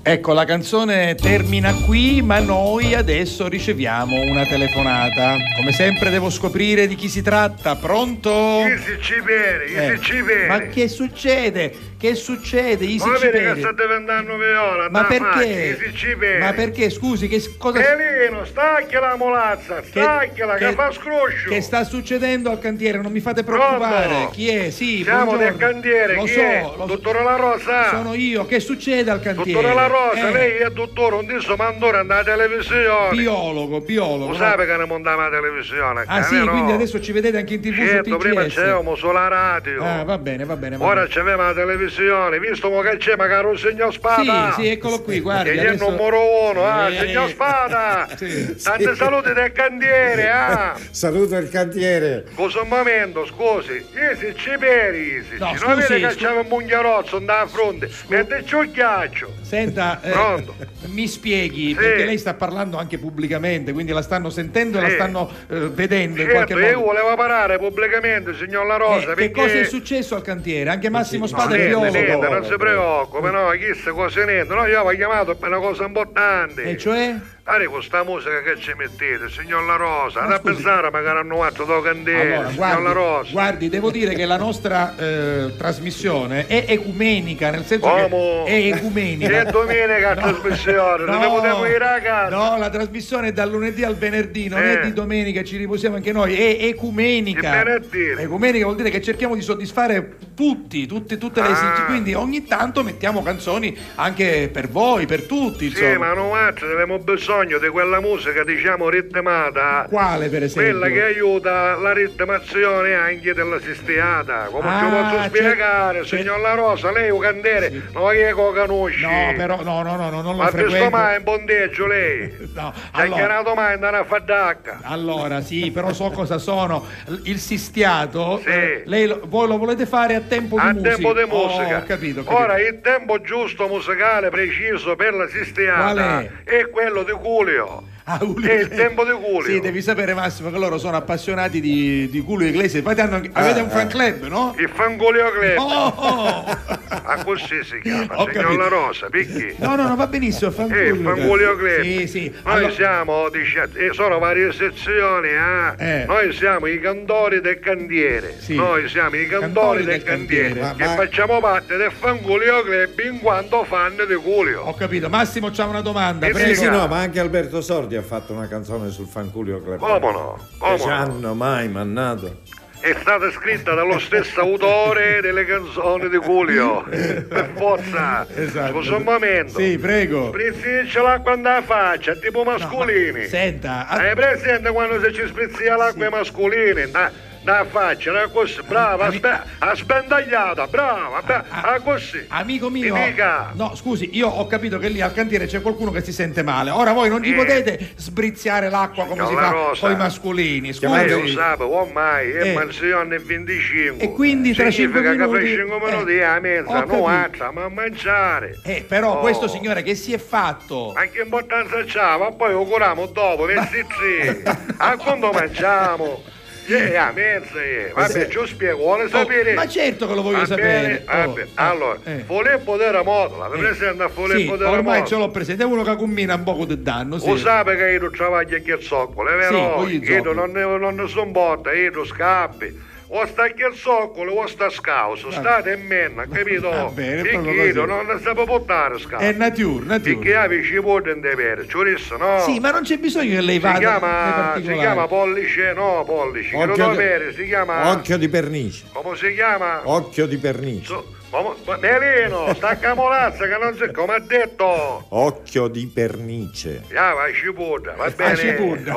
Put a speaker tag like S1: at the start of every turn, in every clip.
S1: Ecco, la canzone termina qui, ma noi adesso riceviamo una telefonata. Come sempre devo scoprire di chi si tratta. Pronto?
S2: Isi Ciperi,
S1: Eh,
S2: Isi Ciperi.
S1: Ma che succede? Che succede? Isi
S2: Ma vedi che
S1: Ciperi?
S2: sta diventando viola,
S1: Ma
S2: da
S1: perché?
S2: Isi Ciperi.
S1: Ma perché? Scusi, che s- cosa
S2: Elino, stacchi la molazza, stacchela, che, fa scroscio.
S1: che sta succedendo al cantiere? Non mi fate preoccupare.
S2: Pronto?
S1: Chi è? Sì,
S2: Siamo
S1: buongiorno.
S2: del cantiere,
S1: Lo
S2: chi
S1: so,
S2: è?
S1: lo so.
S2: Dottore La Rosa.
S1: Sono io. Che succede al cantiere?
S2: Dottore La Rosa,
S1: Eh,
S2: lei è dottore, un disso mandore andare alla televisione.
S1: biologo, biologo.
S2: Lo
S1: no?
S2: sapeva che non mandava la televisione.
S1: Ah
S2: eh,
S1: sì,
S2: no?
S1: quindi adesso ci vedete anche in tv
S2: Certo,
S1: su TGS.
S2: prima c'eravamo sulla radio.
S1: Ah, va bene, va bene. Va
S2: Ora
S1: bene.
S2: c'aveva la televisione, visto mo che c'è, magari un segno spada.
S1: Sì, sì, eccolo qui, guarda.
S2: E gli è il numero uno, ah, signor Spada!
S1: Eh, Sì.
S2: Tante saluti del cantiere, ah!
S3: Saluto il cantiere.
S2: Scusa un momento, scusi, Isi Ciperi, Isi,
S1: No,
S2: non
S1: scusi,
S2: vede che
S1: scu-
S2: c'aveva un mugnerozzo andava a fronte, metterci un ghiaccio!
S1: Senta, eh,
S2: Pronto.
S1: mi spieghi,
S2: Sì.
S1: perché lei sta parlando anche pubblicamente, quindi la stanno sentendo e la
S2: Sì.
S1: stanno eh, vedendo in qualche modo.
S2: Certo, io volevo parare pubblicamente, signor La
S1: Eh,
S2: Rosa,
S1: che
S2: perché...
S1: cosa è successo al cantiere? Anche Massimo
S2: No,
S1: Spada è
S2: niente,
S1: biologo.
S2: niente, non si preoccupi, no, chissà cosa niente, no, io avevo chiamato per una cosa importante.
S1: E cioè?
S2: Guarda questa musica che ci mettete, signor La Rosa,
S1: Ma
S2: da
S1: scusi.
S2: pensare magari hanno fatto da candele,
S1: Allora,
S2: signor La
S1: guardi,
S2: Rosa.
S1: guardi, devo dire che la nostra eh, trasmissione è ecumenica, nel senso
S2: Come?
S1: che è ecumenica.
S2: È domenica la trasmissione, non ne potevo dire a casa.
S1: No, la trasmissione è dal lunedì al venerdì, non è
S2: Eh.
S1: di domenica, ci riposiamo anche noi, è ecumenica.
S2: Che benedire.
S1: Ecumenica vuol dire che cerchiamo di soddisfare tutti, tutte, tutte le
S2: Ah.
S1: esigenze, quindi ogni tanto mettiamo canzoni anche per voi, per tutti, insomma.
S2: Sì, ma non altro, abbiamo bisogno di quella musica, diciamo, ritmata.
S1: Quale per esempio?
S2: Quella che aiuta la ritmazione anche della sistiata. Come
S1: Ah,
S2: ci posso
S1: c'è-
S2: spiegare,
S1: c'è-
S2: signor La Rosa, lei è un candere, non è che lo conosci.
S1: No, però no, no, no, no, non lo
S2: Ma ha visto
S1: frequento.
S2: mai in bondeggio lei?
S1: No,
S2: Ci ha
S1: allora,
S2: chiamato mai andare a Fadacca?
S1: allora, sì, però so cosa sono. L- Il sistiato,
S2: Sì.
S1: eh, lei lo- voi lo volete fare a tempo di
S2: A
S1: musica.
S2: tempo di
S1: Oh,
S2: musica.
S1: ho capito, ho capito.
S2: Ora il tempo giusto musicale preciso per la sistiata
S1: Qual
S2: è quello di Culio.
S1: Ah, Julio
S2: È il
S1: Iglesias.
S2: tempo di Culio.
S1: Sì, devi sapere Massimo che loro sono appassionati di, di culo inglese. Infatti hanno anche-
S2: Eh,
S1: avete un fan club, no?
S2: Il fangolio club.
S1: Oh, oh.
S2: A così si chiama,
S1: Ho
S2: signor
S1: capito.
S2: La Rosa, perché?
S1: No, no, no, va benissimo, fan
S2: Eh, il fangolio club.
S1: Sì, sì.
S2: Noi
S1: Allora-
S2: siamo, dice, eh, sono varie sezioni, eh.
S1: Eh.
S2: Noi siamo i cantori del cantiere.
S1: Sì.
S2: Noi siamo i cantori, del cantiere.
S1: cantiere.
S2: Che
S3: Ma- ma-
S2: facciamo parte del fangolio club in quanto fan di Culio.
S1: Ho capito. Massimo c'ha una domanda,
S2: Sì,
S3: Sì,
S1: prego.
S3: sì, no, ma anche Alberto Sordi ha fatto una canzone sul fanculio club.
S2: Come no? Come
S3: Che ci
S2: no?
S3: hanno mai mannato.
S2: è stata scritta dallo stesso autore delle canzoni di Culio. per forza,
S1: Esatto.
S2: scusa un momento.
S1: Sì, prego.
S2: Sprizziccia l'acqua andava a faccia, tipo mascolini.
S1: Senta, a-
S2: Hai presente quando se ci sprizzia l'acqua ai mascolini? Da, da faccia, da così, brava, aspe- aspendagliata, brava, brava, a così.
S1: Amico mio,
S2: Mi Eh, dica.
S1: no, scusi, io ho capito che lì al cantiere c'è qualcuno che si sente male. Ora voi non gli
S2: Eh.
S1: potete sbriziare l'acqua come
S2: Signor
S1: si
S2: La
S1: fa
S2: Rosa. Eh,
S1: con i mascolini.
S2: Ma io
S1: Scusi.
S2: sapevo, ormai oh è
S1: Eh.
S2: mansione e 25.
S1: E quindi tra
S2: Significa
S1: cinque
S2: che fra
S1: minuti-
S2: 5
S1: eh,
S2: minuti è a
S1: ho
S2: mezza,
S1: capito.
S2: non alza, ma a mangiare.
S1: Eh, però
S2: Oh.
S1: questo signore che si è fatto?
S2: Ma che importanza c'ha? Ma poi lo curiamo dopo, vestiti. A quando mangiamo? Eh, a mezza, eh. Vabbè, ci spiego, vuole
S1: Oh,
S2: sapere.
S1: ma certo che lo voglio
S2: Va
S1: sapere.
S2: bene, va
S1: Oh,
S2: bene.
S1: eh,
S2: Allora,
S1: eh.
S2: Volevo della motola, mi
S1: Eh.
S2: presenta a
S1: Sì,
S2: Volevo della
S1: ormai ce
S2: motola.
S1: l'ho presente, è uno che combina un poco di danno. Sì.
S2: Lo sape che io non travaglio che zoccolo, è vero?
S1: con gli
S2: io
S1: zoccoli.
S2: non ne, non ne sono botta, io non scappi. O sta che zoccolo, o sta scauso, state in menna, capito?
S1: Ah. Va bene,
S2: Perché
S1: proprio
S2: io
S1: così.
S2: non ne sapevo portare scauso.
S1: È nature,
S2: Perché
S1: nature.
S2: avevi ci vuole in depere, giuristo, no?
S1: Sì, ma non c'è bisogno che lei vada
S2: si
S1: nei
S2: chiama, si
S1: particolari. Ah,
S2: chiama pollice, no pollice, che non dovere, si chiama...
S3: Occhio di pernice.
S2: Come si chiama?
S3: Occhio di pernice.
S2: So- come- ma- Melino, stacca molazza che non si... come ha detto...
S3: Occhio di pernice.
S2: Ah, vai cipolla, va bene.
S1: Ah, ci punta.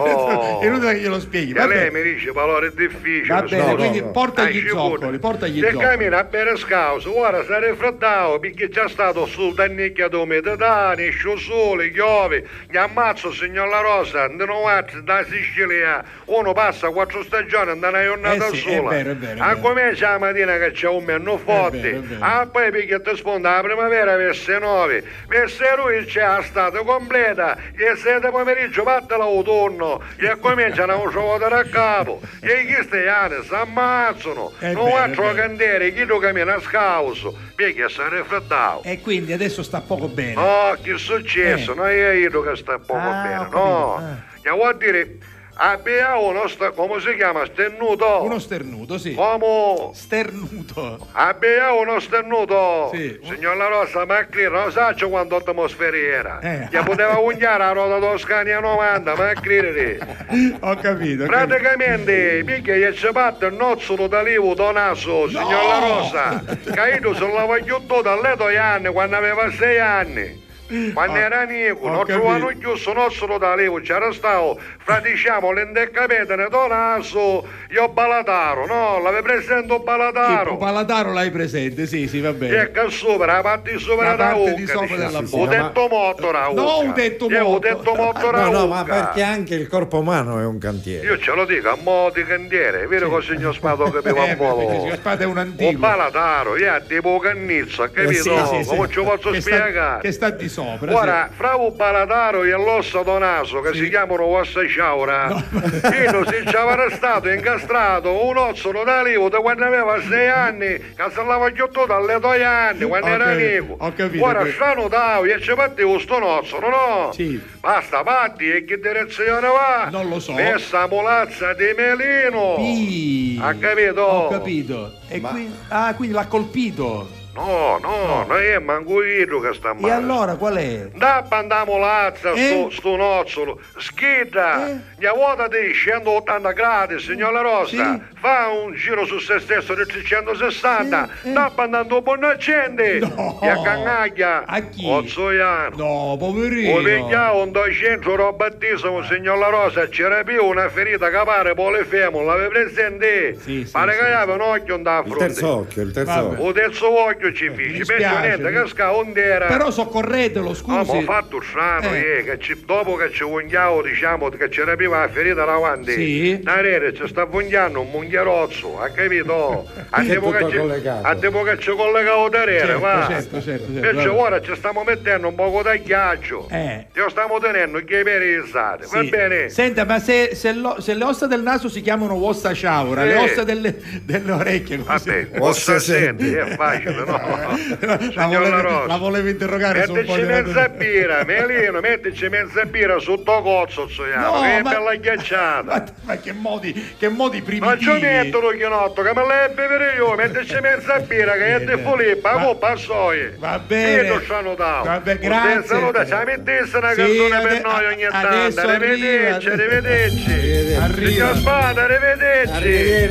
S2: Oh.
S1: È inutile che glielo spieghi.
S2: E
S1: va
S2: lei
S1: bene.
S2: mi dice valore è difficile.
S1: Va bene,
S2: scusa.
S1: quindi
S3: no, no.
S1: porta
S2: Dai,
S1: gli
S2: ci vuole.
S1: zoccoli, porta gli
S2: Se
S1: zoccoli.
S2: cammina a bere scauso, ora sarà raffreddato perché c'è stato sul dannicchia d'umidità, nessun sole, chiove. Gli ammazzo, signor La Rosa, andiamo avanti da Sicilia. Uno passa quattro stagioni, andano a giornata
S1: Eh sì, è
S2: sola.
S1: vero, è vero, è
S2: A
S1: vero.
S2: come c'è la mattina che c'è un menù forte,
S1: vero, è vero.
S2: Ah, poi perché ti sponda la primavera verso 9. Verso lui c'è la stata completa. E se da pomeriggio parte l'autunno. E cominciano a scivolare a capo. E gli stiani si ammazzano.
S1: È
S2: non
S1: vero, è
S2: faccio
S1: vero.
S2: candere, chi lo cammina scauso. Perché si è raffreddato.
S1: E quindi adesso sta poco bene.
S2: No, che successo?
S1: Eh.
S2: Non è io che sta poco
S1: Ah,
S2: bene,
S1: ho
S2: no.
S1: capito, eh.
S2: Che vuol dire, abbiamo uno, sta- come si chiama, stennuto.
S1: Uno sternuto, sì.
S2: Oh. Come?
S1: Sternuto.
S2: Abbiamo uno stennuto.
S1: Sì.
S2: Signor La Rossa, ma qui non saccio quanto atmosfera era.
S1: Eh.
S2: Che poteva pugnare la ruota Toscania 90, ma credere.
S1: Ho capito. ho capito.
S2: Praticamente, mica gli ci fatto il nozzolo d'alivo da naso, signor La Rossa. Caito se l'aveva chiuso da letto agli anni, quando aveva sei anni. Quando
S1: Ho-
S2: era nico,
S1: Ah, ho
S2: non
S1: capito.
S2: trovano chiuso il nozzolo d'alivo, c'era stato, fra diciamo, l'endeccapetene da naso, io balataro, no? L'avevo presente
S1: Tipo,
S2: un balataro.
S1: Palataro l'hai presente, sì, sì, va bene.
S2: Ecco sopra, la parte di
S1: La
S2: sopra della
S1: parte di
S2: bocca,
S1: sopra
S2: dice.
S1: della
S2: Ho
S3: bocca.
S2: detto motto la
S1: No,
S2: bocca.
S1: ho detto
S2: Io ho
S1: motto.
S2: detto motto la
S3: No, no, ma
S2: bocca.
S3: perché anche il corpo umano è un cantiere.
S2: Io ce lo dico, a mo' di cantiere, vero che il signor Spato capiva
S1: Eh,
S2: un po'. Oh,
S1: perché il signor Spato è un antico.
S2: Un balataro, io tipo cannizza,
S1: Eh,
S2: capito? Come ci posso
S1: che Sta,
S2: spiegare?
S1: che sta di sopra.
S2: Ora, fra un balataro e l'osso donaso che
S1: Sì.
S2: si chiamano vostra sciaura, io se ci avrà stato incastrato un ozzolo d'alivo da quando aveva sei anni, che se l'aveva chiuso dalle due anni, quando
S1: Ho
S2: era
S1: capito,
S2: nico.
S1: ho capito,
S2: Ora,
S1: que-
S2: strano dao, e ci battevo sto nozzolo, no?
S1: Sì.
S2: Basta, patti, e che direzione va?
S1: Non lo so.
S2: Messa molazza di melino.
S1: Sì.
S2: Ha capito?
S1: Ho capito. E
S3: Ma-
S1: qui- ah, quindi l'ha colpito.
S2: No, no, non è manco io che sta
S1: E
S2: male.
S1: allora qual è?
S2: Da pandamolazza
S1: Eh?
S2: sto, sto nozzolo, scheda,
S1: Eh?
S2: gli vuota di 180 gradi, signora Rosa,
S1: Sì.
S2: fa un giro su se stesso di 360,
S1: Sì, eh.
S2: da pandando un buon accende,
S1: No.
S2: e a cannaglia,
S1: A chi?
S2: Ozzoiano.
S1: No, poverino.
S2: Ho pigliato un 200 robattissimo, signor La Rosa, c'era più una ferita che pare polifemo, l'avevi presente?
S1: Sì, sì,
S2: pare
S1: sì.
S2: che aveva un occhio da
S3: Il
S2: fronte.
S3: terzo occhio, il terzo
S1: Vabbè.
S3: occhio.
S2: O terzo occhio ci
S1: Eh, mi
S2: fece,
S1: spiace,
S2: penso niente,
S1: mi-
S2: che sca, onde era?
S1: Però soccorretelo,
S2: Ah, ma ho
S1: scusi.
S2: fatto strano,
S1: Eh.
S2: eh, che ci- dopo che ci vogliavo, diciamo, che ci rapiva la ferita davanti,
S1: Sì.
S2: da rete ci sta vogliando un mungherozzo, ha capito? A
S3: Tutto
S2: tempo che ci-
S3: collegato.
S2: a tempo che ci collegavo da rete,
S1: Certo,
S2: va.
S1: certo, certo, certo,
S2: Perciò
S1: vabbè.
S2: ora ci stiamo mettendo un poco di ghiaccio.
S1: Eh.
S2: Io stiamo tenendo che perizzate, va
S1: Sì.
S2: bene?
S1: Senta, ma se, se lo- se le ossa del naso si chiamano ossa sciaura, le
S2: Eh.
S1: ossa delle, delle orecchie come si-
S2: Vabbè,
S3: O se
S2: posso senti,
S3: senti.
S2: è facile, no?
S1: la,
S2: Signor La
S1: volevo,
S2: Rosa.
S1: la volevo interrogare su un po'
S2: Mettici
S1: di
S2: mezza
S1: ragioni.
S2: birra, Melino, mettici mezza birra sotto cozzo, zoiano,
S1: No,
S2: che è
S1: ma-
S2: bella ghiacciata.
S1: Ma, ma che modi, che modi
S2: Non ci
S1: primitivi.
S2: metto lo chinotto, che me l'hai a bere io, metterci mezza birra che è
S1: Eh,
S2: di
S1: beh.
S2: Filippa,
S1: Va-
S2: a coppa a soie.
S1: Va bene.
S2: Io ci hanno dato.
S1: Va bene,
S2: Un
S1: grazie.
S2: bel saluto, ci mettesse una
S1: Sì,
S2: canzone
S1: ade-
S2: per noi ogni
S1: adesso
S2: tanto. Arrivederci,
S1: arriva.
S2: arrivederci.
S1: Arriva.
S2: Signor Spada, arrivederci.
S3: Arrivederci.